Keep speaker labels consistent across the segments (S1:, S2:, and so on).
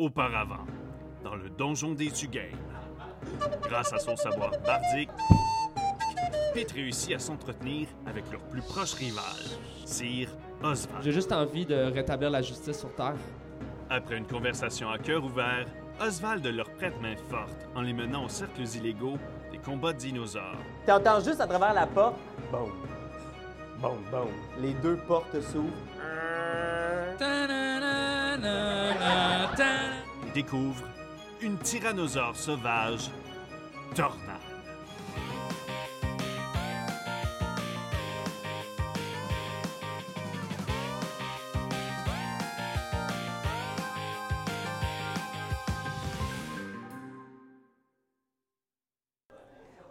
S1: auparavant, dans le donjon des Tugaines. Grâce à son savoir bardique, Pete réussit à s'entretenir avec leur plus proche rival, Sir Oswald.
S2: J'ai juste envie de rétablir la justice sur Terre.
S1: Après une conversation à cœur ouvert, Oswald leur prête main forte en les menant aux cercles illégaux des combats de dinosaures.
S3: T'entends juste à travers la porte, boum, boum, boum. Les deux portes s'ouvrent.
S1: et découvre une tyrannosaure sauvage, Tornade.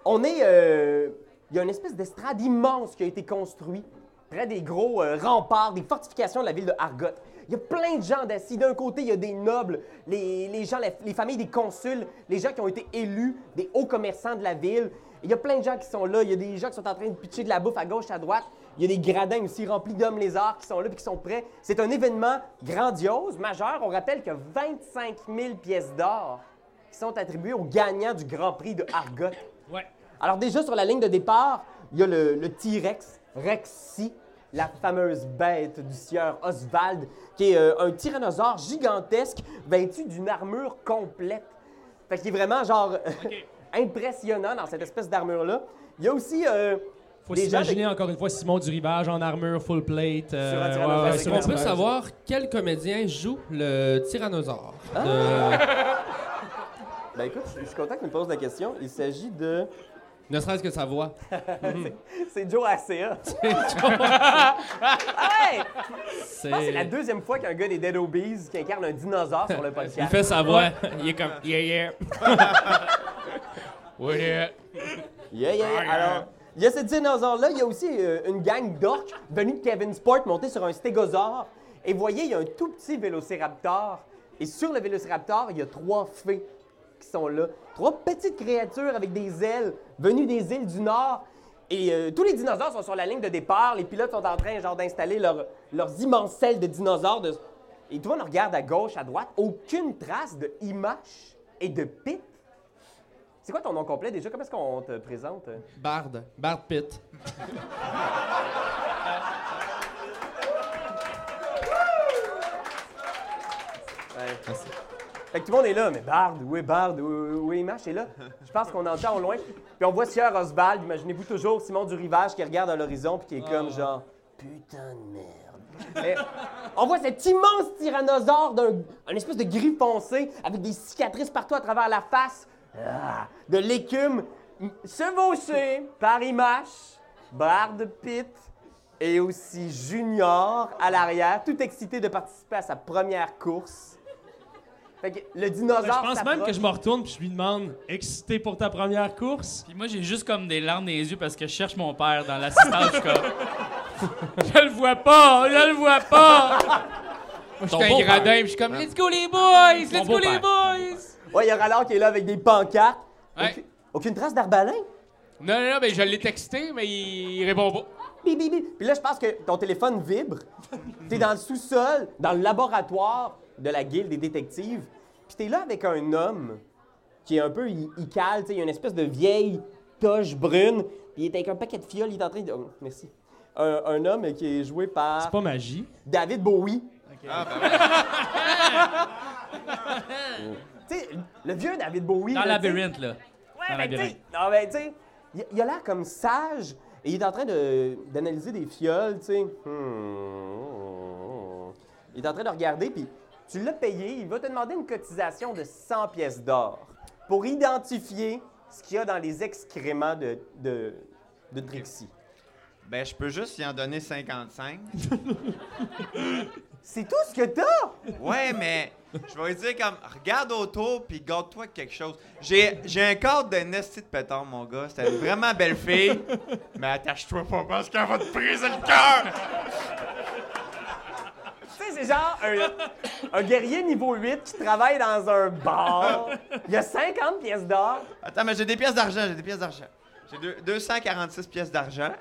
S3: On est. euh, Il y a une espèce d'estrade immense qui a été construite près des gros euh, remparts, des fortifications de la ville de Argot. Il y a plein de gens d'assis. D'un côté, il y a des nobles, les, les gens, la- les familles des consuls, les gens qui ont été élus, des hauts commerçants de la ville. Il y a plein de gens qui sont là. Il y a des gens qui sont en train de pitcher de la bouffe à gauche, à droite. Il y a des gradins aussi remplis d'hommes lézards qui sont là et qui sont prêts. C'est un événement grandiose, majeur. On rappelle qu'il y a 25 000 pièces d'or qui sont attribuées aux gagnants du Grand Prix de Argot.
S4: Ouais.
S3: Alors déjà sur la ligne de départ, il y a le, le T-Rex, Rexy, la fameuse bête du sieur Oswald, qui est euh, un tyrannosaure gigantesque vêtu d'une armure complète. Fait qu'il est vraiment genre impressionnant dans cette espèce d'armure-là. Il y a aussi euh,
S4: Faut
S3: des gens de-
S4: s'imaginer encore une fois Simon du Rivage en armure, full plate. euh,
S3: Sur un
S4: ouais,
S3: tyrannosaure,
S4: ouais,
S3: c'est
S4: sur un
S3: clair.
S2: On peut
S3: Ouais.
S4: tyrannosaure.
S2: savoir quel comédien joue le tyrannosaure.
S3: Ben écoute, je je suis content que tu me poses la question. Il s'agit de...
S2: De- Ne serait-ce que sa voix.
S3: C'est Joe ACA. hey! Je pense que Ah, c'est la deuxième fois qu'un gars des Dead Obies qui incarne un dinosaure sur le podcast.
S4: Il fait sa voix. Il est comme yeah yeah. Ouais, yeah.
S3: Yeah, yeah. Alors, il y a ce dinosaure-là. Il y a aussi euh, une gang d'orques venus de Kevin Sport montés sur un stégosaure. Et voyez, il y a un tout petit vélociraptor. Et sur le vélociraptor, il y a trois fées qui sont là. Trois petites créatures avec des ailes venues des îles du Nord. Et euh, tous les dinosaures sont sur la ligne de départ. Les pilotes sont en train genre d'installer leur- leurs immenses ailes de dinosaures. de- Et toi, on regarde à gauche, à droite. Aucune trace de Image et de Pit. C'est quoi ton nom complet déjà? Comment est-ce qu'on te présente?
S2: Bard. Bard Pitt.
S3: Fait que tout le monde est là, mais Bard, où est Bard, où, où est Image? Et là, je pense qu'on entend au loin. Puis on voit Sieur Oswald, imaginez-vous toujours Simon du Rivage qui regarde à l'horizon puis qui est comme genre Putain de merde. Et on voit cet immense tyrannosaure d'un un espèce de gris foncé avec des cicatrices partout à travers la face, Ah, de l'écume, m- chevauché par Image, Bard Pitt et aussi Junior à l'arrière, tout excité de participer à sa première course. Fait que le
S4: Je
S3: dinosaure.
S4: pense même
S3: s'approche.
S4: que je me retourne puis je lui demande excité pour ta première course.
S5: Puis moi, j'ai juste comme des larmes dans les yeux parce que je cherche mon père dans l'assistance. je suis comme, je le vois pas, je le vois pas.
S6: Moi,
S5: Ton
S6: je suis un
S5: beau-père.
S6: gradin, puis je suis comme, let's go les
S5: Mon
S6: boys, let's go
S5: beau-père.
S6: les boys.
S3: Ouais, il y a Rallard qui est là avec des pancartes.
S6: Ouais.
S3: Aucune, aucune trace d'arbalin.
S6: Non, non, non, mais je l'ai texté, mais il, il répond pas.
S3: Bip, bip, bip. Puis là, je pense que ton téléphone vibre. T'es dans le sous-sol, dans le laboratoire de la guilde des détectives. Puis t'es là avec un homme qui est un peu i- ical, tu sais, il a une espèce de vieille toche brune. Puis il est avec un paquet de fioles, il est en train de... oh, merci. Un, un homme qui est joué par
S4: C'est pas magie.
S3: David Bowie. Tu sais, le vieux David Bowie...
S5: Dans
S3: là,
S5: le
S3: tu sais,
S5: labyrinthe, là. Dans le
S3: mais
S5: labyrinthe.
S3: t'sais- Non, mais ben, tu sais, il, il a l'air comme sage et il est en train de- d'analyser des fioles, tu sais. Hmm. Il est en train de regarder, puis tu l'as payé, il va te demander une cotisation de 100 pièces d'or pour identifier ce qu'il y a dans les excréments de, de, de Trixie.
S7: Ben, je peux juste y en donner 55.
S3: C'est tout ce que t'as?
S7: Ouais, mais je vais lui dire comme, regarde autour puis garde-toi quelque chose. J'ai, j'ai un cadre d'un esti de pétard, mon gars. C'était une vraiment belle fille. Mais attache-toi pas parce qu'elle va te briser le cœur.
S3: Tu sais, c'est genre un, un guerrier niveau 8 qui travaille dans un bar. Il y a 50 pièces d'or.
S7: Attends, mais j'ai des pièces d'argent, j'ai des pièces d'argent. J'ai deux- 246 pièces d'argent.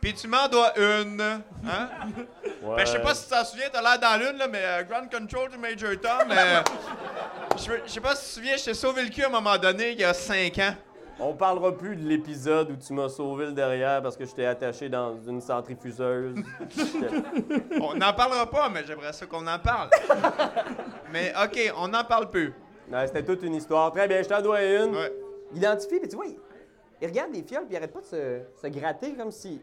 S7: Puis tu m'en dois une. Hein? Ben, je sais pas si tu t'en souviens, t'as l'air dans l'une, là, mais euh, Grand Control du Major Tom. euh, je je sais pas si tu te souviens, je t'ai sauvé le cul à un moment donné, il y a 5 ans.
S8: On parlera plus de l'épisode où tu m'as sauvé le derrière parce que je t'ai attaché dans une centrifugeuse.
S7: On n'en parlera pas, mais j'aimerais ça qu'on en parle. mais OK, on n'en parle plus.
S8: Ouais, C'était toute une histoire. Très bien, je t'en dois une.
S7: Ouais.
S3: Il identifie, puis tu vois, il, il regarde les fioles, puis il arrête pas de se, se gratter comme si.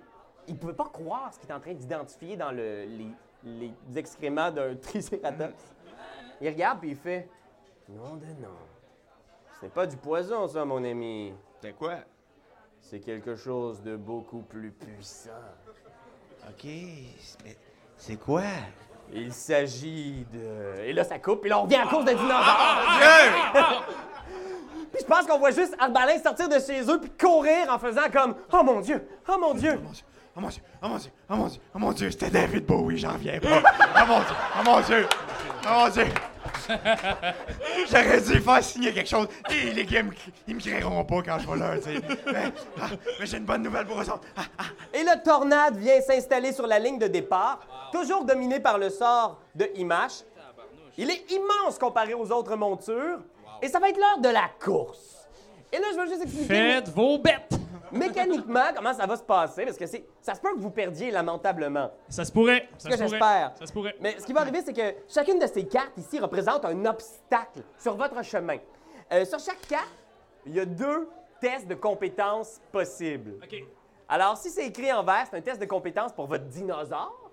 S3: Il pouvait pas croire ce qu'il est en train d'identifier dans le- les, les excréments d'un tricératops. Il regarde, puis il fait Non de non.
S8: C'est pas du poison, ça, mon ami.
S7: C'est quoi?
S8: C'est quelque chose de beaucoup plus puissant.
S7: OK, mais c'est quoi?
S8: Il s'agit de...
S3: Et là, ça coupe, puis là, on revient à cause de dinosaures. Puis je pense qu'on voit juste Arbalin sortir de chez eux, puis courir en faisant comme Oh mon Dieu, oh mon Dieu.
S7: Oh mon Dieu, oh mon Dieu, oh mon Dieu, oh mon Dieu, c'était David Bowie, j'en viens pas. Oh mon Dieu, oh mon Dieu, oh mon Dieu. J'aurais dû faire signer quelque chose. Et les gars, ils me- ils me crieront pas quand je vais leur dire. Mais, ah, mais j'ai une bonne nouvelle pour eux autres. Ah, ah.
S3: Et le tornade vient s'installer sur la ligne de départ, toujours dominé par le sort de Image. Il est immense comparé aux autres montures. Et ça va être l'heure de la course. Et là, je veux juste expliquer mé-
S4: Faites vos bêtes!
S3: mécaniquement comment ça va se passer, parce que c'est, ça se peut que vous perdiez lamentablement.
S4: Ça se pourrait. Ça
S3: que
S4: se pourrait.
S3: j'espère.
S4: Ça se pourrait.
S3: Mais ce qui va arriver, c'est que chacune de ces cartes ici représente un obstacle sur votre chemin. Euh, sur chaque carte, il y a deux tests de compétences possibles.
S4: OK.
S3: Alors, si c'est écrit en vert, c'est un test de compétences pour votre dinosaure.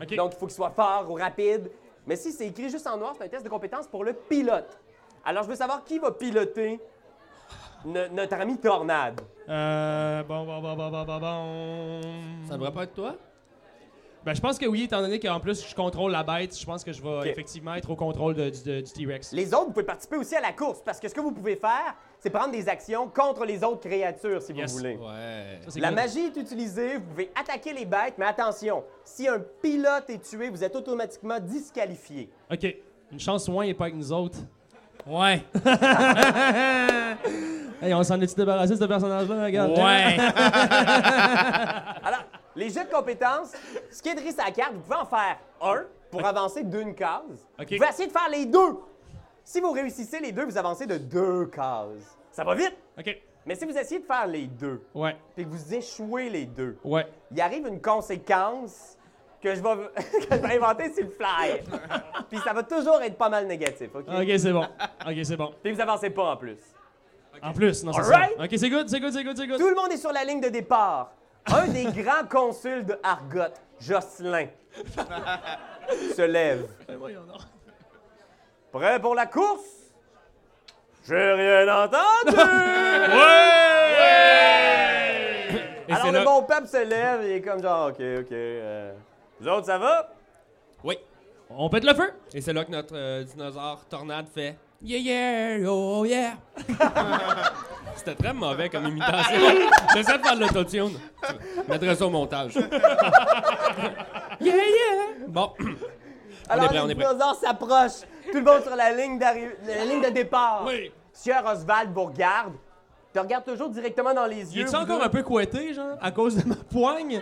S4: OK.
S3: Donc, il faut qu'il soit fort ou rapide. Mais si c'est écrit juste en noir, c'est un test de compétence pour le pilote. Alors, je veux savoir qui va piloter no- notre ami Tornade.
S4: Euh, bon, bon, bon, bon, bon, bon, bon.
S2: Ça devrait pas être toi?
S4: Ben, je pense que oui, étant donné qu'en plus, je contrôle la bête, je pense que je vais
S3: Ok.
S4: effectivement être au contrôle de- du de- du T-Rex.
S3: Les autres, vous pouvez participer aussi à la course parce que ce que vous pouvez faire, c'est prendre des actions contre les autres créatures si
S4: Yes.
S3: vous voulez.
S2: Ouais.
S4: Ça, c'est
S3: La
S4: good.
S3: magie est utilisée, vous pouvez attaquer les bêtes, mais attention, si un pilote est tué, vous êtes automatiquement disqualifié.
S4: OK. Une chance, Wayne n'est pas avec nous autres.
S5: Ouais.
S4: Hey, on s'en est-tu débarrassé de ce personnage-là, regarde?
S5: Ouais.
S3: Alors, les jeux de compétences, ce qui est écrit sur la carte, vous pouvez en faire un pour avancer d'une case.
S4: OK.
S3: Vous pouvez essayer de faire les deux. Si vous réussissez les deux, vous avancez de deux cases. Ça va vite.
S4: OK.
S3: Mais si vous essayez de faire les deux,
S4: Ouais.
S3: puis que vous échouez les deux,
S4: Ouais.
S3: il arrive une conséquence que je vais, que je vais inventer sur le flyer. puis ça va toujours être pas mal négatif, OK?
S4: OK, c'est bon. OK, c'est bon.
S3: Puis vous avancez pas en plus.
S4: En plus, non, c'est ça.
S3: Alright.
S4: OK, c'est good, c'est good, c'est good, c'est good.
S3: Tout le monde est sur la ligne de départ. Un des grands consuls de Argot, Jocelyn, se lève.
S5: Ben
S3: Prêt pour la course? J'ai rien entendu!
S5: Et
S3: Alors
S5: c'est
S3: le
S5: là-
S3: bon pape se lève et est comme genre, OK, OK. euh, Vous autres, ça va?
S4: On pète le feu.
S2: Et c'est là que notre euh, dinosaure tornade fait Yeah, yeah, oh, yeah. C'était très mauvais comme imitation. J'essaie de faire de l'autotune. Mettre ça au montage. yeah, yeah. Bon.
S3: Alors
S2: prêt, on
S3: les
S2: est prêt.
S3: dinosaures s'approchent. Tout le monde sur la ligne, d'arri- la ligne de départ.
S4: Oui.
S3: Sieur Oswald vous regarde. Te regarde toujours directement dans les
S4: Il
S3: yeux.
S4: est
S3: vous
S4: encore
S3: deux.
S4: un peu couetté, genre, à cause de ma poigne?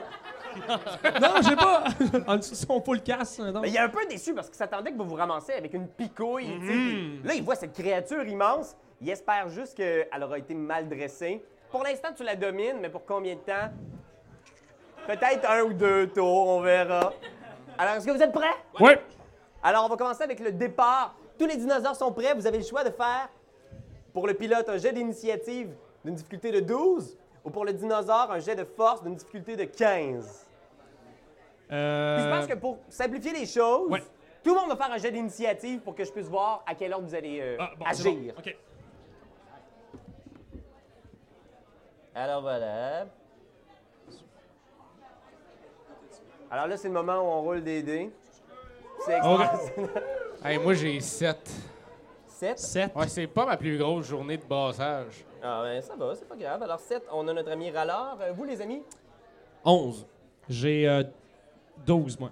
S4: non, j'ai pas. en dessous de son full casse. euh, non.
S3: Mais il est un peu déçu parce qu'il s'attendait que vous vous ramassiez avec une picouille. tu sais, puis
S2: Mm-hmm.
S3: Là, il voit cette créature immense. Il espère juste qu'elle aura été mal dressée. Pour l'instant, tu la domines, mais pour combien de temps? Peut-être un ou deux tours, on verra. Alors, est-ce que vous êtes prêts?
S4: Ouais.
S3: Alors, on va commencer avec le départ. Tous les dinosaures sont prêts. Vous avez le choix de faire, pour le pilote, un jet d'initiative d'une difficulté de 12 ou pour le dinosaure, un jet de force d'une difficulté de 15. Puis je
S4: Euh...
S3: pense que pour simplifier les choses,
S4: Ouais.
S3: tout le monde va faire un jet d'initiative pour que je puisse voir à quelle ordre vous allez euh,
S4: Ah, bon, c'est bon.
S3: agir.
S4: OK.
S3: Alors voilà. Alors là, c'est le moment où on roule des dés. C'est extraordinaire.
S6: Hey, moi, j'ai 7.
S3: Sept.
S4: 7.
S6: Ouais, c'est pas ma plus grosse journée de brassage.
S3: Ah ben ça va, c'est pas grave. Alors 7, on a notre ami Rallard. Euh, Vous les amis?
S2: 11.
S4: J'ai euh, 12, moi.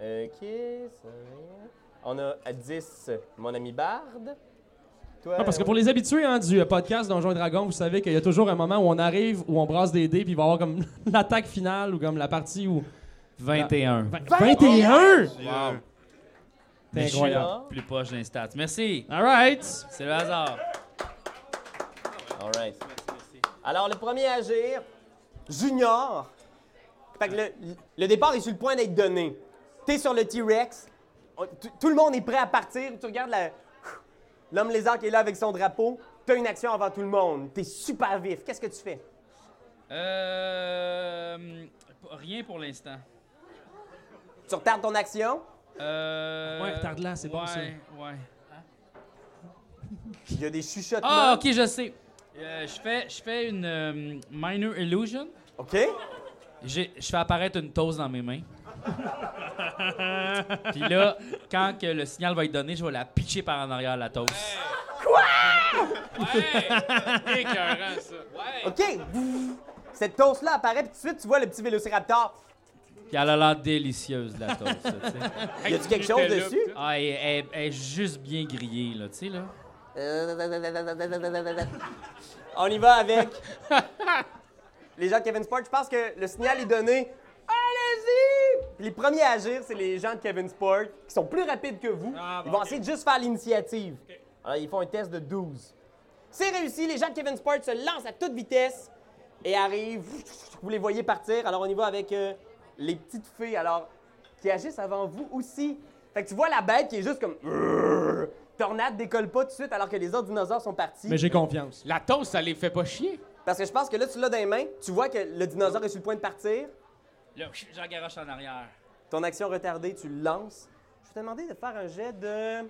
S3: Euh, Ok, ça va. On a à 10 mon ami Bard. Toi,
S4: Non, Ah, parce que pour les habitués hein, du euh, podcast Donjons et Dragons, vous savez qu'il y a toujours un moment où on arrive, où on brasse des dés, puis il va y avoir comme l'attaque finale ou comme la partie où.
S5: 21.
S4: 21!
S7: Dieu.
S4: C'est
S5: Mais je suis
S4: incroyable.
S5: Plus proche d'un stats. Merci.
S4: Alright!
S5: C'est le hasard.
S3: All right. Alors, le premier à agir, Junior. Fait que le, le départ est sur le point d'être donné. T'es sur le T-Rex. On- t- Tout le monde est prêt à partir. Tu regardes la- l'homme lézard qui est là avec son drapeau. T'as une action avant tout le monde. T'es super vif. Qu'est-ce que tu fais?
S5: Euh, rien pour l'instant.
S3: Tu retardes ton action.
S5: Euh,
S4: Ouais, retarde-la, c'est bon, ça.
S6: hein.
S5: Ouais, ouais.
S3: Il y a des chuchotements.
S5: Ah, ok, je sais. Euh, je fais, je fais une euh, minor illusion.
S3: OK.
S5: J'ai- Je fais apparaître une toast dans mes mains. Puis là, quand que le signal va être donné, je vais la pitcher par en arrière la toast.
S6: Ouais! Écœurant, ça. Ouais!
S3: OK. Bouh. Cette toast-là apparaît, puis tout de suite, tu vois le petit vélociraptor.
S5: Puis elle a l'air délicieuse la toast. là, tu sais.
S3: Y a-tu quelque chose
S6: Nutella,
S3: dessus?
S5: ah, elle, elle- elle est juste bien grillée là, tu sais là.
S3: Euh, On y va avec. les gens de Kevin Sport, je pense que le signal est donné. Allez-y! Puis les premiers à agir, c'est les gens de Kevin Sport, qui sont plus rapides que vous. ils vont essayer de juste faire l'initiative. Alors, ils font un test de 12. C'est réussi, les gens de Kevin Sport se lancent à toute vitesse et arrivent. Vous les voyez partir. Alors, on y va avec euh, les petites fées, alors, qui agissent avant vous aussi. Fait que tu vois la bête qui est juste comme. Tornade décolle pas tout de suite alors que les autres dinosaures sont partis.
S4: Mais j'ai confiance.
S6: La toast, ça les fait pas chier.
S3: Parce que je pense que là, tu l'as dans les mains, tu vois que le dinosaure est sur le point de partir,
S5: Là, j'en garoche en arrière.
S3: ton action retardée, tu le lances. Je vais te demander de faire un jet de.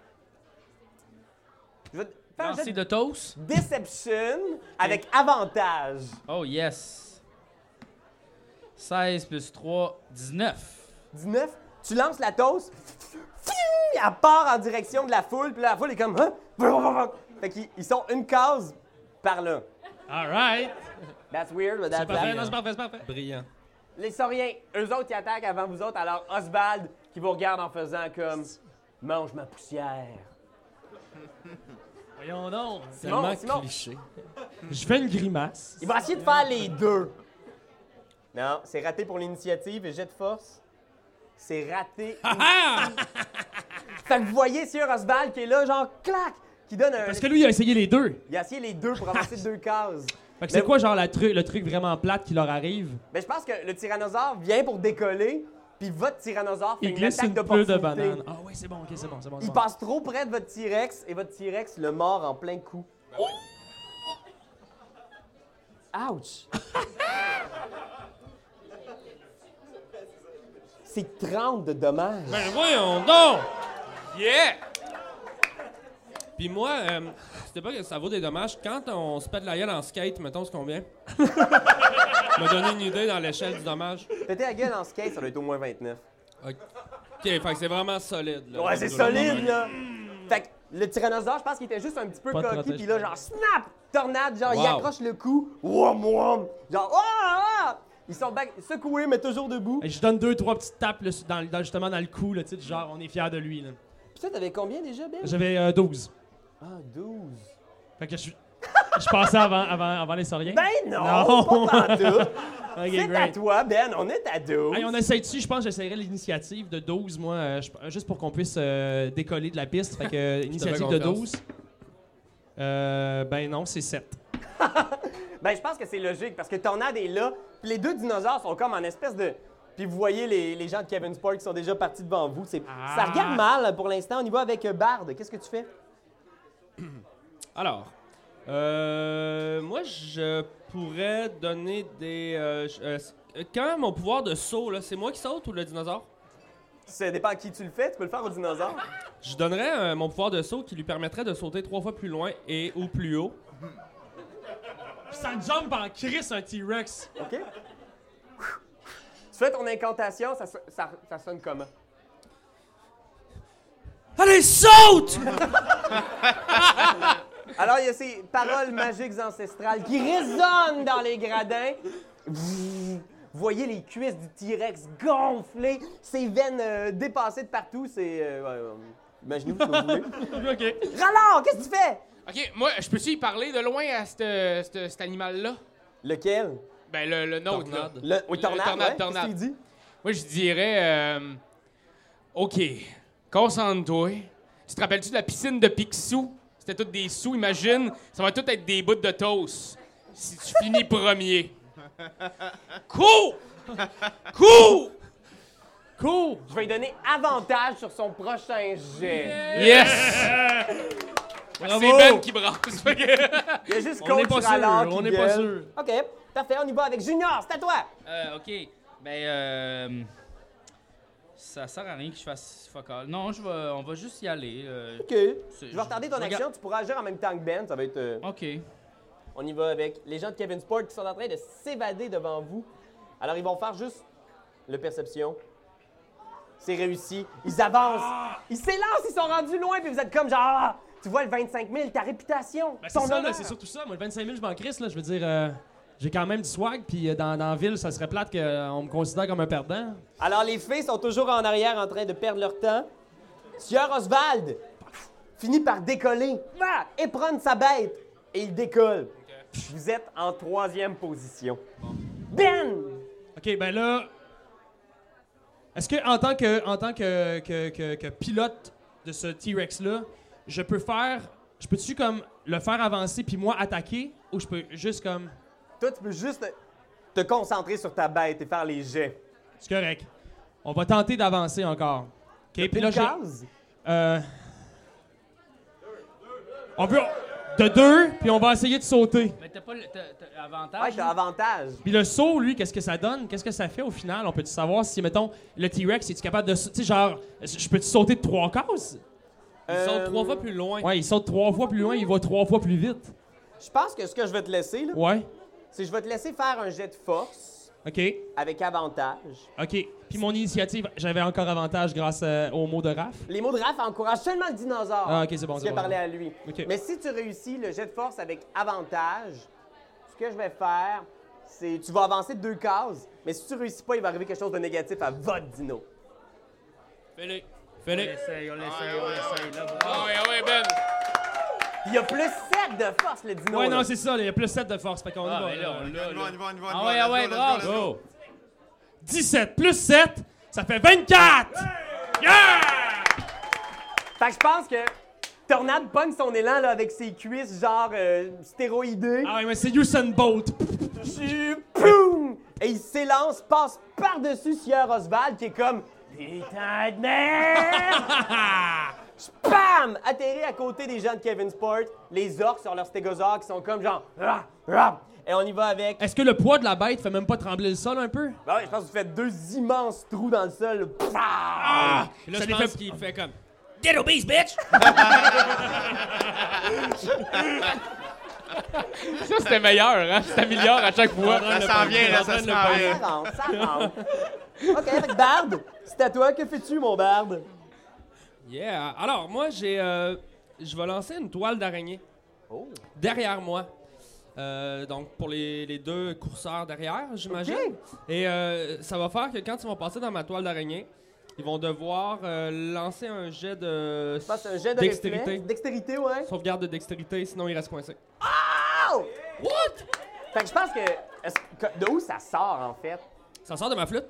S3: Je vais te faire un
S5: Lancer
S3: jet de
S5: de toast.
S3: Deception avec avantage.
S5: Oh yes. 16 plus 3, 19.
S3: 19, tu lances la toast, fiou, elle part en direction de la foule, puis là, la foule est comme. Hein? Fait qu'ils ils sont une case par là.
S4: Alright!
S3: That's weird, but that's
S4: Parfait,
S3: that.
S4: non, c'est parfait, c'est parfait. Brillant.
S3: Les sauriens, eux autres, ils attaquent avant vous autres. Alors, Oswald, qui vous regarde en faisant comme Mange ma poussière.
S4: Voyons donc!
S3: Simon,
S4: Tellement
S3: Simon.
S4: cliché. Je fais une grimace.
S3: Il va essayer de faire les deux. Non, c'est raté pour l'initiative et jet de force. C'est raté.
S4: Ah!
S3: fait que vous voyez Sir Oswald qui est là, genre clac, qui donne un.
S4: Parce que lui, il a essayé les deux.
S3: Il a essayé les deux pour avancer deux cases.
S4: Fait que
S3: Mais-
S4: c'est quoi, genre, la tru- le truc vraiment plate qui leur arrive?
S3: Mais je pense que le tyrannosaure vient pour décoller, puis votre tyrannosaure fait
S4: Il
S3: une
S4: glisse
S3: attaque
S4: une bulle de
S3: d'opportunité.
S4: banane. Ah ouais, c'est bon, ok, c'est bon, c'est bon. c'est
S3: Il
S4: bon.
S3: passe trop près de votre T-Rex et votre T-Rex le mord en plein coup. Ouch! C'est 30 de dommages.
S2: Ben voyons donc!
S6: Yeah!
S2: Puis moi, euh, c'était pas que ça vaut des dommages. Quand on se pète la gueule en skate, mettons, c'est combien? m'a donné une idée dans l'échelle du dommage.
S3: Péter la gueule en skate, ça doit être au moins 29.
S2: OK, fait que c'est vraiment solide. Là,
S3: Ouais, c'est
S2: Tout le monde.
S3: solide, là! Fait que le tyrannosaure, je pense qu'il était juste un petit peu
S4: Pas de
S3: coquille,
S4: protège.
S3: puis là, genre, snap! Tornade, genre, il
S2: Wow.
S3: accroche le cou. Wouam, wouam! Genre, ah, ah! Ils sont back- secoués, mais toujours debout.
S4: Et Je donne deux, trois petites tapes là, dans, le- dans- justement dans le cou, là, tu sais, du genre on est fiers de lui. Là.
S3: Puis ça, t'avais combien déjà, Ben?
S4: J'avais euh, 12.
S3: Ah, 12.
S4: Fait que je suis. Je passais avant, avant, avant les sauriens.
S3: Ben non,
S4: Non.
S3: pas pantoute.
S4: Ok,
S3: C'est à
S4: great.
S3: toi, Ben. On est à deux.
S4: Hey, on essaye dessus, je pense que j'essayerai l'initiative de 12, moi, euh, je- juste pour qu'on puisse euh, décoller de la piste. Fait que, euh, initiative de
S2: confiance.
S4: 12. Euh, ben non, c'est 7.
S3: Ben, je pense que c'est logique parce que Tornade est là. Puis les deux dinosaures sont comme en espèce de. Puis vous voyez les, les gens de Kevin Sport qui sont déjà partis devant vous. C'est-
S4: Ah.
S3: Ça regarde mal pour l'instant. On y va avec euh, Bard. Qu'est-ce que tu fais?
S2: Alors, euh, moi, je pourrais donner des... euh, je- euh, s- euh, quand mon pouvoir de saut, là, c'est moi qui saute ou le dinosaure?
S3: Ça dépend à qui tu le fais. Tu peux le faire au dinosaure.
S2: Je donnerais euh, mon pouvoir de saut qui lui permettrait de sauter trois fois plus loin et ou plus haut.
S4: Ça jump en crisse un T-Rex.
S3: OK? tu fais ton incantation. Ça, so- ça- ça sonne comment?
S2: Allez, saute!
S3: Alors, il y a ces paroles magiques ancestrales qui résonnent dans les gradins. Vous voyez les cuisses du T-Rex gonflées, ses veines euh, dépassées de partout. C'est. euh, ouais, ouais, Imaginez-vous ce que vous voulez.
S4: ok.
S3: Rallard, qu'est-ce que tu fais?
S6: Ok, Ok, moi, je peux-tu y parler de loin à c'te- c'te- cet animal-là?
S3: Lequel?
S6: Ben, le, le nôtre,
S2: Tornade.
S6: là.
S3: Le, oui,
S6: Le
S3: tornade,
S6: tornade,
S3: ouais,
S6: tornade.
S3: Qu'est-ce qu'il dit?
S6: Moi, je dirais. euh, OK, concentre-toi. Tu te rappelles-tu de la piscine de Picsou? C'était toutes des sous, imagine. Ça va tout être des bouts de toast. Si tu finis premier. Cours! Cours!
S4: Cours!
S3: Je vais lui donner avantage sur son prochain jet.
S6: Yes! C'est Ben qui brasse. Fait que-
S3: Il y a juste
S4: On
S3: Coach
S4: n'est pas sûr,
S3: Rallard qui
S4: on n'est pas
S3: gueule.
S4: sûr.
S3: OK, parfait, on y va avec Junior, c'est à toi.
S5: Euh, ok. Ben, euh. Ça sert à rien que je fasse fuck all. Non, je vais, on va juste y aller. euh,
S3: OK, je
S5: C'est-
S3: vais retarder ton
S5: je-
S3: action, tu pourras agir en même temps que Ben, ça va être... euh,
S5: Ok.
S3: On y va avec les gens de Kevin Sport qui sont en train de s'évader devant vous. Alors, ils vont faire juste le perception. C'est réussi. Ils avancent.
S4: Ah!
S3: Ils s'élancent. Ils sont rendus loin. Puis vous êtes comme genre, Ah! tu vois le 25 000, ta réputation.
S4: Ben, c'est
S3: ton
S4: ça, là,
S3: honneur.
S4: c'est surtout ça. Moi, le 25 000, je m'en crisse, là. Je veux dire, euh, j'ai quand même du swag, puis euh, dans, dans la ville, ça serait plate qu'on me considère comme un perdant.
S3: Alors, les filles sont toujours en arrière en train de perdre leur temps. Sieur Oswald finit par décoller Ah! et prendre sa bête. Et il décolle. Vous êtes en troisième position. Ben!
S4: OK, ben là. Est-ce que en tant que, en tant que, que- que- que pilote de ce T-Rex-là, je peux faire. Je peux-tu comme le faire avancer puis moi attaquer ou je peux juste comme.
S3: Toi, tu peux juste te concentrer sur ta bête et faire les jets.
S4: C'est correct. On va tenter d'avancer encore. OK, puis là,
S3: Une
S4: je.
S3: case?
S4: Euh, On veut. De deux, puis on va essayer de sauter.
S5: Mais t'as pas le- t'as- t'as
S3: Ouais,
S2: Ah,
S5: avantage.
S3: t'as avantage.
S4: Puis le saut, lui, qu'est-ce que ça donne? Qu'est-ce que ça fait au final? On peut-tu savoir si, mettons, le T-Rex, est-tu capable de. sa- Tu sais, genre, je peux-tu sauter de trois cases?
S2: Ils sont
S3: Euh,
S2: trois fois plus loin.
S4: Ouais, il saute trois fois plus loin, il va trois fois plus vite.
S3: Je pense que ce que je vais te laisser, là,
S4: Ouais.
S3: c'est que je vais te laisser faire un jet de force
S4: OK.
S3: avec avantage.
S4: OK. Puis mon initiative, j'avais encore avantage grâce euh, au mot de Raph.
S3: Les mots de Raph encouragent seulement le dinosaure.
S4: Ah, ok, c'est bon,
S3: Parce qu'il
S4: c'est
S3: a
S4: bon.
S3: parlé à lui.
S4: Ok.
S3: Mais si tu réussis le jet de force avec avantage, ce que je vais faire, c'est tu vas avancer de deux cases, mais si tu réussis pas, il va arriver quelque chose de négatif à votre dino.
S2: Fais-le.
S5: On
S2: Fais-le.
S5: l'essaye, on l'essaye, on l'essaye. là, bravo.
S6: Ah ouais, ah ouais, Ben.
S3: Il a plus 7 de force, le dino.
S4: Ouais,
S3: là.
S4: non, c'est ça, il y a plus 7 de force, fait qu'on
S5: Ah,
S4: y va.
S5: ben là, on
S7: On y
S5: l'a,
S7: va, on y va,
S5: là.
S7: on y va, on y va,
S5: Ah
S7: on y
S5: ouais,
S7: va,
S5: ah
S7: let's
S5: ouais,
S7: go, let's
S5: bravo.
S7: go, let's go.
S4: 17 Oh. plus 7, ça fait 24!
S3: Fait que je pense que Tornade pogne son élan là, avec ses cuisses, genre euh, stéroïdées.
S4: Ah ouais, mais c'est Usain Bolt.
S3: Poum! Et il s'élance, passe par-dessus Sieur Oswald qui est comme Putain de merde! Pam! Atterri à côté des gens de Kevin Sport, les orques sur leurs stégosaures qui sont comme genre Rah! Rah! Et on y va avec.
S4: Est-ce que le poids de la bête fait même pas trembler le sol un peu?
S3: Ben ouais, je pense que vous faites deux immenses trous dans le sol. Pfff!
S2: Puis là,
S4: Ça
S2: je
S4: les
S2: pense
S4: fait-
S2: qu'il fait comme.
S5: Get obese, bitch!
S6: Ça, c'était meilleur, hein? C'était meilleur à chaque fois.
S7: Ça s'en vient, là, ça s'en
S3: Ça
S7: vient.
S3: rentre, ça rentre. ok, avec Barbe, c'est à toi. Que fais-tu, mon Barbe?
S2: Yeah. Alors, moi, j'ai. euh, je vais lancer une toile d'araignée.
S4: Oh!
S2: Derrière moi. Euh, donc, pour les, les deux courseurs derrière, j'imagine.
S3: Ok.
S2: Et euh, ça va faire que quand ils vont passer dans ma toile d'araignée, ils vont devoir euh, lancer un jet de.
S3: Je passe un jet de
S2: dextérité.
S3: réflexe. Dextérité, ouais.
S2: Sauvegarde de dextérité, sinon ils restent coincés.
S3: Oh! What? Fait que je pense que, est-ce que- De où ça sort, en fait?
S2: Ça sort de ma flûte?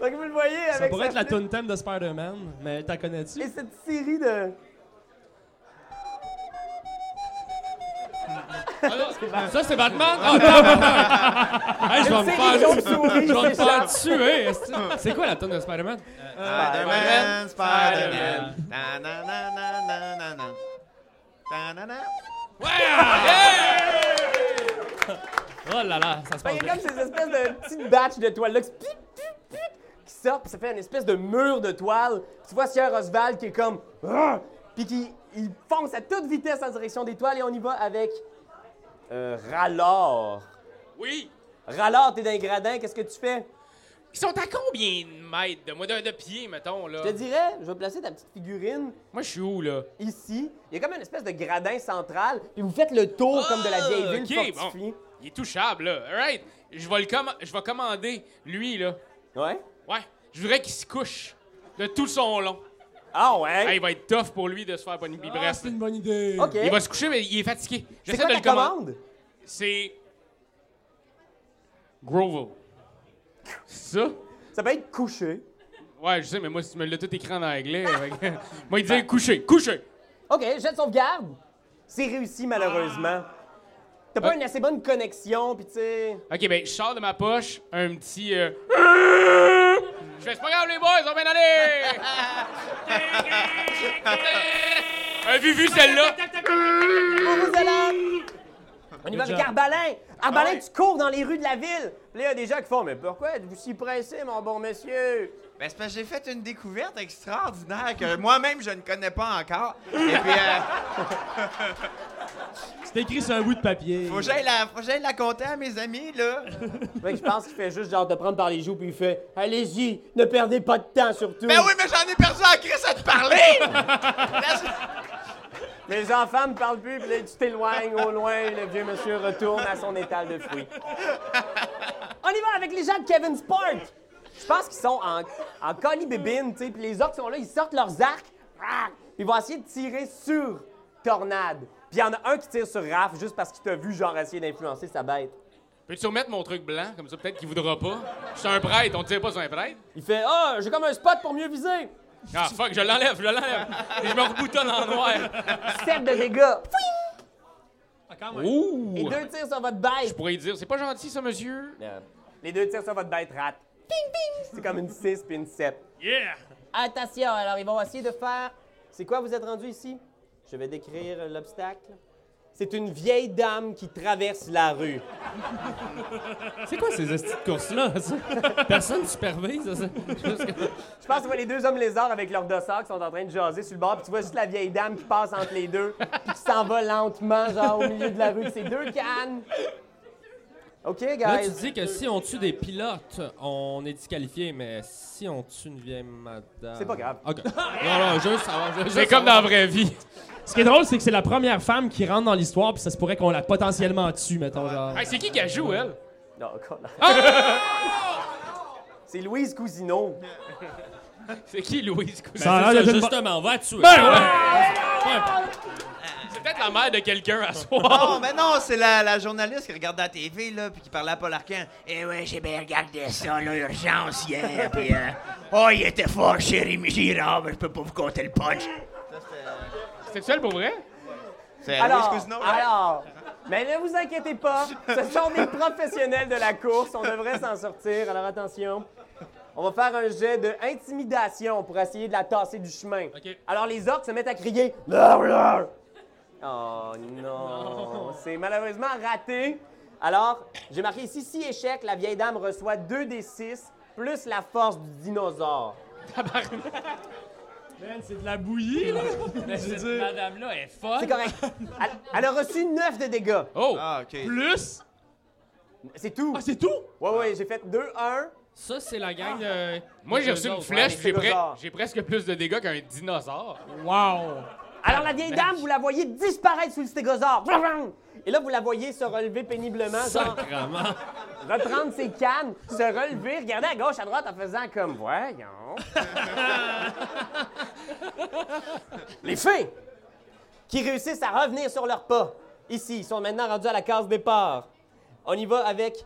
S3: Donc, vous le voyez avec
S4: Ça pourrait
S3: sa
S4: être la
S3: flûte
S4: tune thème de Spider-Man, mais t'en connais-tu?
S3: Et cette série de...
S2: Ça, c'est Batman? Ah, tabarnak! Hey, je vais
S3: Une
S2: me
S3: série
S2: faire.
S3: chauves-souris,
S2: Je vais me
S3: c'est ça.
S2: faire tuer! est-ce que- C'est quoi la tonne de Spider-Man?
S7: Spider-Man, Spider-Man. Ta-na-na-na-na-na-na. Ta-na-na.
S2: Oh là là, ça se
S3: Fait
S2: passe
S3: que
S2: bien.
S3: comme ces espèces de petites batches de toile-là qui, se pic, pic, pic, qui sortent, puis ça fait une espèce de mur de toile. Tu vois Sierra Oswald qui est comme... Ah! Puis qui il fonce à toute vitesse en direction des toiles et on y va avec... Euh, Rallor.
S6: Oui.
S3: Rallor, t'es dans les gradins, qu'est-ce que tu fais?
S6: Ils sont à combien de mètres de moi? De, de pied, mettons, là?
S3: Je te dirais, je vais placer ta petite figurine
S6: Moi, je suis où, là?
S3: ici. Il y a comme une espèce de gradin central, puis vous faites le tour
S6: Ah,
S3: comme de la vieille ville
S6: ok,
S3: fortifiée.
S6: Il est touchable, là. All right. Je vais le comm- je vais commander, lui, là.
S3: Ouais.
S6: Ouais. Je voudrais qu'il se couche. de tout son long.
S3: Ah ouais?
S6: Ah, il va être tough pour lui de se faire pogner. Puis
S4: Ah,
S6: bref,
S4: c'est une bonne idée.
S3: OK.
S6: il va se coucher, mais il est fatigué.
S3: C'est
S6: J'essaie
S3: quoi
S6: de
S3: ta
S6: le commander.
S3: commande?
S6: C'est. Grovel. C'est ça?
S3: Ça peut être couché.
S6: Ouais, je sais, mais moi, si tu me l'as tout écrit en anglais. fait que- moi, il dit coucher, coucher.
S3: OK, jet de sauvegarde. C'est réussi, malheureusement. T'as pas
S6: Ah.
S3: une assez bonne connexion, puis tu sais...
S6: Ok, ben, je sors de ma poche un petit. euh, Je fais, c'est pas grave, les boys, on va bien aller! Un vu, vu celle-là!
S3: Pour vous, Alan! On y va avec
S4: job.
S3: Arbalin! Arbalin,
S6: Ah ouais.
S3: tu cours dans les rues de la ville! Puis là, il y a des gens qui font « Mais pourquoi êtes-vous si pressé, mon bon monsieur?
S7: Ben, c'est parce que j'ai fait une découverte extraordinaire que moi-même, je ne connais pas encore. Et puis, euh,
S4: C'est écrit sur un bout de papier.
S7: faut que j'aille la, faut que j'aille la compter à mes amis, là. »
S3: Fait que je pense qu'il fait juste genre de prendre par les joues, puis il fait « Allez-y, ne perdez pas de temps, surtout!
S7: Ben oui, mais j'en ai perdu en crise à te parler! Là,
S3: Les enfants ne parlent plus, puis là, tu t'éloignes au loin, le vieux monsieur retourne à son étal de fruits. On y va avec les gens de Kevin Sport! Je pense qu'ils sont en, en colibébine, tu sais, puis les orques sont là, ils sortent leurs arcs, ah, puis ils vont essayer de tirer sur Tornade. Puis il y en a un qui tire sur Raph juste parce qu'il t'a vu, genre, essayer d'influencer sa bête.
S6: Peux-tu remettre mon truc blanc? Comme ça, peut-être qu'il voudra pas. Je suis un prêtre, on te dirait pas que je suis un prêtre.
S3: Il fait Ah, j'ai comme un spot pour mieux viser!
S6: Ah, fuck, je l'enlève, je l'enlève. Et je me reboutonne en noir.
S3: 7 de dégâts!
S6: Ouh!
S3: Et deux tirs sur votre
S6: Je
S3: bête!
S6: pourrais dire, c'est pas gentil, ça, monsieur.
S3: Les deux tirs sur votre bête rate. Ping, ping! C'est comme une 6 puis une 7.
S6: Yeah!
S3: Attention, alors ils vont essayer de faire. C'est quoi vous êtes rendu ici? Je vais décrire euh, l'obstacle. C'est une vieille dame qui traverse la rue.
S2: C'est quoi ces hosties de courses-là? ça? Personne supervise, ça? Juste que-
S3: Je pense que tu vois les deux hommes lézards avec leurs dossards qui sont en train de jaser sur le bord, puis tu vois juste la vieille dame qui passe entre les deux, puis qui s'en va lentement, genre au milieu de la rue, c'est deux cannes. OK,
S2: Là, tu
S3: guys.
S2: dis que si on tue des pilotes, on est disqualifié, mais si on tue une vieille madame...
S3: C'est pas grave.
S2: OK. Non, non, juste savoir. juste
S6: C'est comme dans la
S2: savoir.
S6: vraie vie.
S4: Ce qui est drôle, c'est que c'est la première femme qui rentre dans l'histoire, puis ça se pourrait qu'on la potentiellement tue, mettons. Genre.
S6: Hey, c'est qui qui la joue, elle?
S3: Non, encore là. C'est Louise Cousineau.
S6: C'est qui, Louise? Cousin?
S4: Ça a
S2: C'est
S4: l'air
S2: ça,
S4: d'être une bo-
S2: justement, on va la tuer.
S6: C'est peut-être la mère de quelqu'un à soi.
S7: non, mais non, c'est la, la journaliste qui regardait la TV, là, puis qui parlait à Paul Arcand. Eh ouais, j'ai bien regardé ça, là, urgence hier, puis. euh, oh, il était fort, chérie, mais Girard, mais je peux pas vous compter le punch.
S6: C'était seul pour vrai?
S7: C'est
S3: Alors,
S7: Louis Cousineau, ouais.
S3: alors, mais ne vous inquiétez pas, ce sont des professionnels de la course, on devrait s'en sortir, alors attention. On va faire un jet de intimidation pour essayer de la tasser du chemin.
S6: OK.
S3: Alors les orques se mettent à crier Leur, leur! Oh non, c'est malheureusement raté. Alors, j'ai marqué ici si échec, la vieille dame reçoit 2 des 6 plus la force du dinosaure.
S4: Man, c'est de la bouillie, là. Je veux
S5: Cette
S4: dire,
S5: madame-là est folle.
S3: C'est correct. Elle, elle a reçu 9 de dégâts.
S6: Oh!
S7: Ah, OK.
S4: plus.
S3: C'est tout.
S4: Ah, c'est tout? Ah,
S3: Ouais, ouais, j'ai fait 2, 1.
S2: Ça, c'est la gang de...
S6: Moi, j'ai
S2: Deux
S6: reçu une
S2: autres,
S6: flèche,
S3: ouais.
S6: j'ai pre-
S3: Dinosaure.
S6: j'ai presque plus de dégâts qu'un dinosaure.
S4: Wow.
S3: Alors la vieille dame, vous la voyez disparaître sous le stégosaure. Vroom, vroom. Et là, vous la voyez se relever péniblement, genre
S2: Sacrement.
S3: reprendre ses cannes, se relever, regarder à gauche, à droite en faisant comme voyons. Les fées qui réussissent à revenir sur leurs pas. Ici, ils sont maintenant rendus à la case départ. On y va avec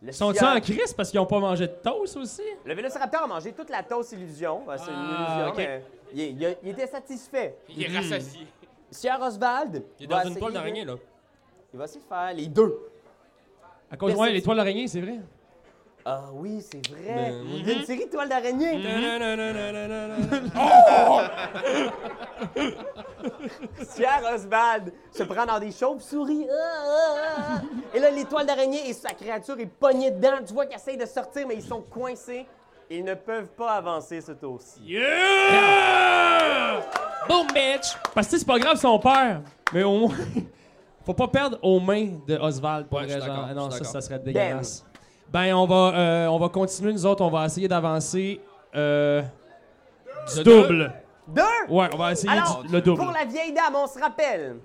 S3: le
S4: Sont-ils
S3: sieur.
S4: en crise parce qu'ils ont pas mangé de toast aussi?
S3: Le vélociraptor a mangé toute la toast illusion. Ben, C'est une
S2: Ah,
S3: illusion,
S4: ok.
S3: mais il, est- il a- il était satisfait.
S6: Il est rassasié.
S3: Sieur Oswald.
S2: Il est
S3: va
S2: dans une
S3: essayer
S2: toile
S3: de-
S2: d'araignée, là.
S3: Il va essayer de faire les deux.
S4: À cause
S3: Mais
S4: de
S3: c'est-
S4: l'étoile d'araignée, c'est vrai.
S3: Ah oui, c'est vrai.
S2: Ben,
S3: Il y a une série Toile d'araignée.
S2: Oh!
S3: Pierre Oswald se prend dans des chauves-souris. Ah, ah, ah. Et là, l'étoile d'araignée et sa créature est pognée dedans. Tu vois qu'ils essayent de sortir, mais ils sont coincés. Ils ne peuvent pas avancer ce tour-ci.
S2: Boom, bitch!
S4: Parce que tu sais, c'est pas grave si on perd, mais au moins. Faut pas perdre aux mains de Oswald. pour
S2: Ouais,
S4: vrai,
S2: je suis
S4: genre.
S2: d'accord,
S4: Ah Non,
S2: je suis
S4: ça, ça
S2: d'accord.
S4: serait dégueulasse. Ben, on va, euh, on va continuer, nous autres. On va essayer d'avancer. Euh, du double.
S3: Deux!
S4: Ouais, on va essayer
S3: Alors,
S4: du- le double.
S3: pour la vieille dame, on se rappelle.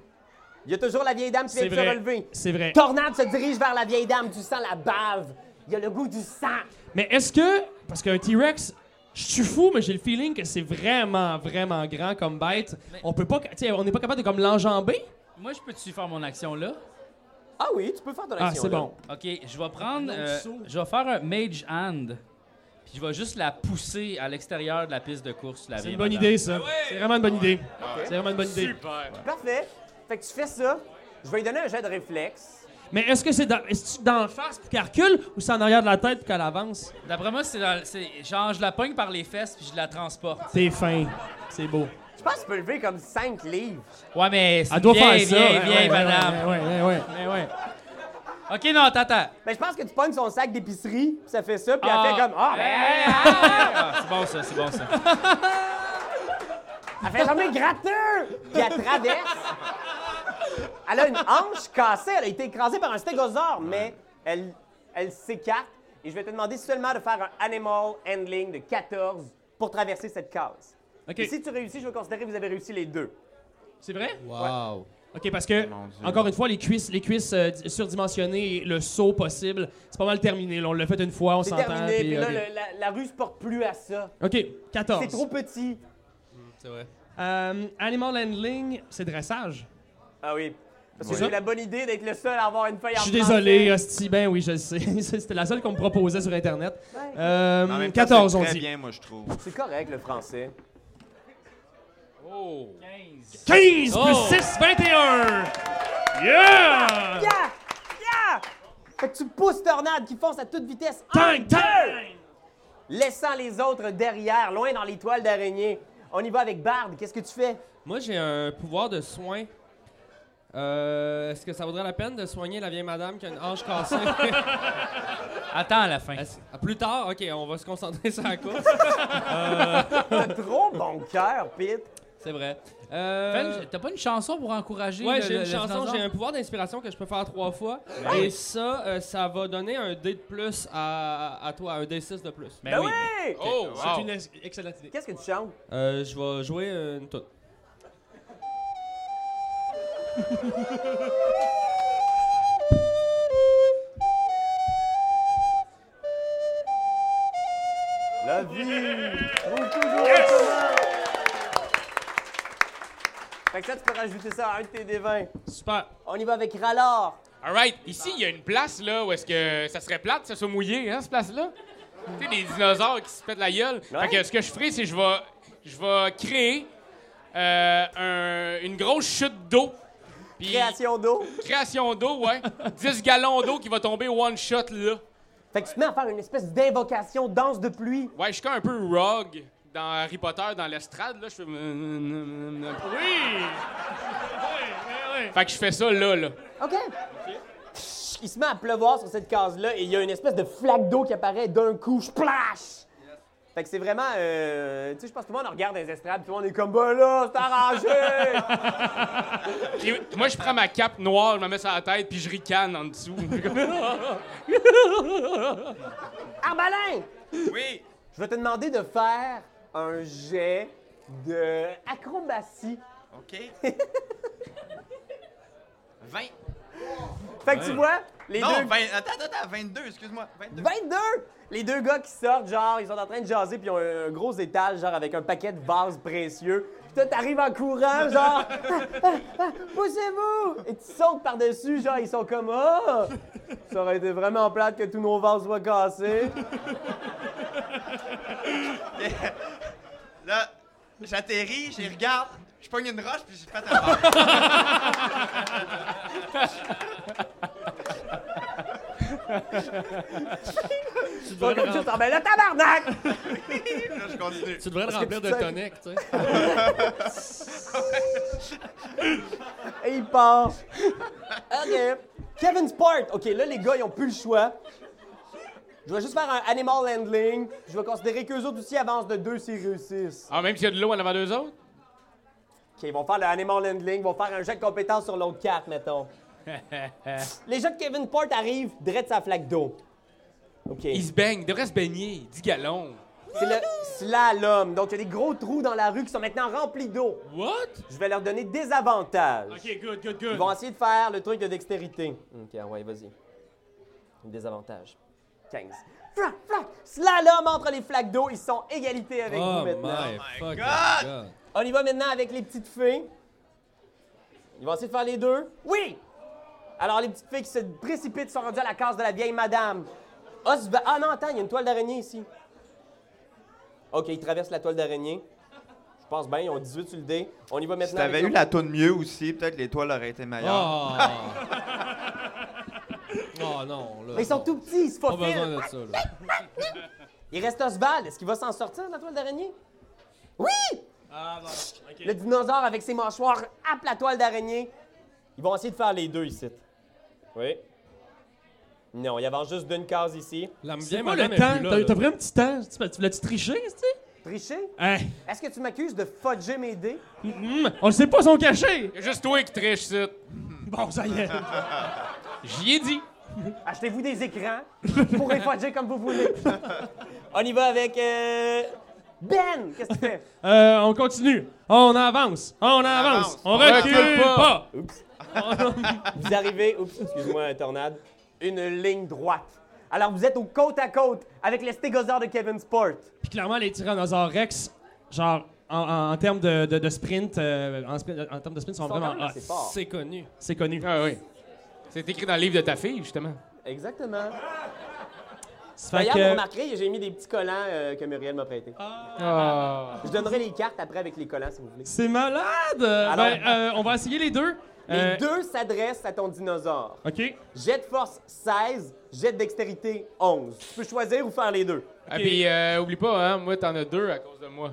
S3: Il y a toujours la vieille dame qui vient
S4: C'est
S3: de se
S4: vrai.
S3: relever.
S4: C'est vrai.
S3: Tornade se dirige vers la vieille dame. Tu sens la bave. Il y a le goût du sang.
S4: Mais est-ce que. Parce qu'un T-Rex, Je suis fou, mais j'ai le feeling que c'est vraiment, vraiment grand comme bête.
S5: Mais-
S4: On peut pas, tu sais, on n'est pas capable de comme l'enjamber.
S5: Moi, je peux-tu faire mon action là?
S3: Ah oui, tu peux faire ton action.
S4: Ah, c'est
S3: là.
S4: bon.
S5: Ok, je vais prendre. euh, je vais faire un mage hand. Puis je vais juste la pousser à l'extérieur de la piste de course. la
S4: C'est
S5: vieille
S4: une bonne
S5: madame.
S4: idée, ça. C'est vraiment une bonne idée. C'est vraiment une bonne idée.
S6: Super.
S3: Parfait. Fait que tu fais ça. Je vais lui donner un jet de réflexe.
S4: Mais est-ce que c'est dans, est-ce que d'en face pour qu'elle recule ou c'est en arrière de la tête pour qu'elle avance?
S5: D'après moi, c'est dans- c'est- genre, je la pogne par les fesses puis je la transporte.
S4: C'est fin. C'est beau.
S3: Je pense que tu peux lever comme 5 livres.
S5: Ouais, mais c'est
S4: Elle doit
S5: bien,
S4: faire ça.
S5: bien,
S4: hein,
S5: bien,
S4: ouais,
S5: madame.
S4: Ouais, ouais, ouais, ouais, ouais, ouais.
S5: Ok, non, attends, attends.
S3: Mais Ben, je pense que tu pognes son sac d'épicerie, puis ça fait ça, puis
S5: Ah.
S3: elle fait comme Ah, ben,
S5: Ah, c'est bon ça, c'est bon ça.
S3: elle fait comme les gratteux! Puis elle traverse. Elle a une hanche cassée, elle a été écrasée par un stégosaure, mais elle, elle s'écarte. Et je vais te demander seulement de faire un animal handling de 14 pour traverser cette case.
S4: OK.
S3: Et si tu réussis, je vais considérer que vous avez réussi les deux.
S4: C'est vrai?
S2: Wow.
S4: OK, parce que, encore une fois, les cuisses, les cuisses euh, di- surdimensionnées et le saut possible, c'est pas mal terminé. là. on l'a fait une fois, on
S3: C'est
S4: s'entend.
S3: terminé,
S4: puis,
S3: puis là,
S4: OK.
S3: le- la, la rue se porte plus à ça.
S4: OK, 14.
S3: C'est trop petit.
S2: C'est vrai.
S4: Euh, animal handling, c'est dressage.
S3: Ah oui. Parce que
S4: Oui.
S3: j'ai eu la bonne idée d'être le seul à avoir une feuille en
S4: Je suis
S3: français.
S4: désolé, hostie. Ben oui, je le sais. C'était la seule qu'on me proposait sur Internet. Euh,
S7: En même temps,
S4: 14,
S7: c'est
S4: on
S7: très
S4: dit.
S7: bien, moi, je trouve.
S3: C'est correct, le français.
S5: Oh. 15.
S4: 15
S5: Oh!
S4: plus 6, 21! Yeah!
S3: Yeah! Yeah! Fait que tu pousses Tornade qui fonce à toute vitesse, en-
S4: Tang, tang!
S3: laissant les autres derrière, loin dans les toiles d'araignée. On y va avec Bard, qu'est-ce que tu fais?
S2: Moi, j'ai un pouvoir de soin. Euh, Est-ce que ça vaudrait la peine de soigner la vieille madame qui a une hanche cassée?
S5: Attends à la fin.
S2: Est-ce- à plus tard, ok, on va se concentrer sur la course.
S3: T'as trop bon cœur, Pete.
S2: C'est vrai. Euh,
S5: Fais une- T'as pas une chanson pour encourager
S2: ouais,
S5: le-
S2: j'ai
S5: le-
S2: une
S5: le
S2: chanson,
S5: dinosaure?
S2: j'ai un pouvoir d'inspiration que je peux faire trois fois. Et ça, euh, ça va donner un dé de plus à, à toi, un D6 de plus.
S4: Eh
S5: Ben
S3: Ben
S5: oui.
S3: oui!
S6: Oh,
S4: C'est
S6: wow.
S4: une ex- excellente idée.
S3: Qu'est-ce que tu chantes?
S2: Euh, je vais jouer une toute.
S3: La vie! Fait que ça, tu peux rajouter ça à un de tes dévins.
S4: Super.
S3: On y va avec Ralor.
S6: Alright, ici, il y a une place, là, où est-ce que ça serait plate, ça soit mouillé, hein, cette place-là? tu sais, des dinosaures qui se pètent la gueule. Fait que ce que je ferai, c'est que je vais, je vais créer euh, un- une grosse chute d'eau. Puis-
S3: Création d'eau.
S6: Création d'eau, ouais. 10 gallons d'eau qui va tomber one shot, là.
S3: Fait que tu te mets à faire une espèce d'invocation, danse de pluie.
S6: Ouais, je suis comme un peu Rogue dans Harry Potter, dans l'estrade, là. Je fais. Oui! Fait que je fais ça, là, là.
S3: OK. Il se met à pleuvoir sur cette case-là et il y a une espèce de flaque d'eau qui apparaît d'un coup. Splash! Fait que c'est vraiment. euh, tu sais, je pense que tout le monde regarde les estrades, tout le monde est comme, ben là, c'est arrangé!
S6: Puis moi, je prends ma cape noire, je me mets sur la tête, puis je ricane en dessous.
S3: Arbalin!
S7: Oui!
S3: Je vais te demander de faire un jet de acrobatie.
S7: OK. 20.
S3: Fait que tu vois, les
S7: Non,
S3: deux.
S7: 20. Attends, attends, attends, 22, excuse-moi. 22.
S3: 22! Les deux gars qui sortent, genre, ils sont en train de jaser, puis ils ont un gros étal, genre, avec un paquet de vases précieux. Puis toi, t'arrives en courant, genre, Ah, ah, ah, poussez-vous! Et tu sautes par-dessus, genre, ils sont comme, ah! Ça aurait été vraiment plate que tous nos vases soient cassés.
S7: Là, j'atterris, j'y regarde, je pogne une roche, puis je fais un bord.
S3: Ils sont comme juste, ah ben là, tabarnak!
S7: Là, je continue.
S2: Tu devrais te remplir
S3: tu
S2: de
S3: sais-
S2: tonic, tu sais.
S3: Et il part. OK. Kevin Sport. OK, là, les gars, ils ont plus le choix. Je vais juste faire un animal handling. Je vais considérer qu'eux autres aussi avancent de deux s'ils réussissent.
S6: Ah, même s'il y a de l'eau en avant d'eux autres?
S3: OK, ils vont faire le animal handling. Ils vont faire un jet de compétence sur l'autre carte, mettons. les jets de Kevin Sport arrivent direct sa flaque d'eau. OK.
S6: Ils se baignent, ils devraient se baigner, 10 gallons.
S3: C'est le slalom. Donc, il y a des gros trous dans la rue qui sont maintenant remplis d'eau. What? Je vais leur donner des avantages.
S4: OK, good, good,
S3: Ils
S4: good.
S3: vont essayer de ah faire le truc de dextérité. Ok, ouais, vas-y. Désavantage. 15. flac, flac. Slalom entre les flaques d'eau. Ils sont égalité avec
S2: Oh
S3: vous maintenant.
S2: my fucking
S7: God!
S2: God.
S3: On y va maintenant avec les petites fées. Ils vont essayer de faire les deux. Oui! Alors, les petites fées qui se précipitent sont rendues à la case de la vieille madame. Os va- Ah non, attends, il y a une toile d'araignée ici. OK, ils traversent la toile d'araignée. Je pense bien, ils ont 18 sur le dé. On y va maintenant.
S7: Si t'avais
S3: avec
S7: eu la toune mieux aussi, peut-être l'étoile aurait été
S4: Ah,
S7: meilleure.
S2: Oh. oh non, là.
S3: Mais ils sont tout petits, ils se
S2: Pas besoin
S3: faufilent.
S2: de ça, là.
S3: Il reste Oswald. Est-ce qu'il va s'en sortir de la toile d'araignée? Oui! Ah, Le dinosaure avec ses mâchoires happe la toile d'araignée. Ils vont essayer de faire les deux ici. Oui. Non, il avance juste d'une case ici.
S2: La
S4: C'est
S2: vieille
S4: quoi le
S2: madame
S4: temps?
S2: est plus là,
S4: T'as-
S2: là.
S4: T'as pris un petit temps? Tu- Tu l'as-tu triché, c'est-tu?
S3: Tricher?
S4: Hey,
S3: Est-ce que tu m'accuses de fudger mes dés?
S4: hum, on le sait pas, ils sont cachés!
S6: Y a juste toi qui triche, ça.
S4: Bon, ça y est.
S6: J'y ai dit.
S3: Achetez-vous des écrans pour les fudger comme vous voulez. On y va avec euh, Ben! Qu'est-ce que tu fais?
S4: Euh, on continue. On avance. On avance.
S7: avance.
S4: On recule pas.
S3: Vous arrivez, oups, excuse-moi, un tornade, une ligne droite. Alors vous êtes au côte à côte avec les stégosaures de Kevin Sport.
S4: Puis clairement, les tyrannosaures rex, genre, en, en- en termes de, de- de sprint, euh, en, sprint- en termes de sprint, sont,
S3: quand
S4: vraiment...
S3: même assez forts.
S4: c'est connu. C'est connu.
S6: Ah oui. C'est écrit dans le livre de ta fille, justement.
S3: Exactement.
S4: Ça fait
S3: D'ailleurs,
S4: que-
S3: vous remarquerez, j'ai mis des petits collants euh, que Muriel m'a prêté.
S4: Ah.
S3: Je donnerai les cartes après avec les collants si vous voulez.
S4: C'est malade! Ben, euh, on va essayer les deux. Euh,
S3: Les deux s'adressent à ton dinosaure.
S4: OK.
S3: Jet de force 16, jet de dextérité 11. Tu peux choisir ou faire les deux.
S6: Ah, puis, euh, oublie pas, hein, moi, t'en as deux à cause de moi.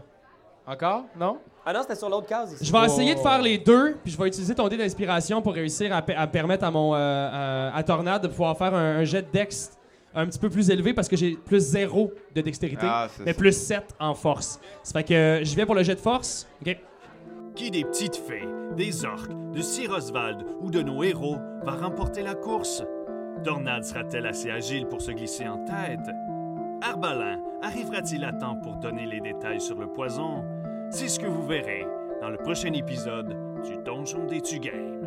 S6: Encore? Non?
S3: Ah non, c'était sur l'autre case ici.
S4: Je vais essayer de faire les deux, puis je vais utiliser ton dé d'inspiration pour réussir à, pe- à permettre à mon euh, euh, à Tornade de pouvoir faire un, un jet de dex un petit peu plus élevé parce que j'ai plus zéro de dextérité,
S7: Ah, c'est
S4: mais
S7: ça.
S4: plus 7 en force. Ça fait que euh, je vais pour le jet de force. OK.
S1: Qui des petites fées, des orques, de Sir Oswald ou de nos héros va remporter la course? Tornade sera-t-elle assez agile pour se glisser en tête? Arbalin arrivera-t-il à temps pour donner les détails sur le poison? C'est ce que vous verrez dans le prochain épisode du Donjon des Tugames.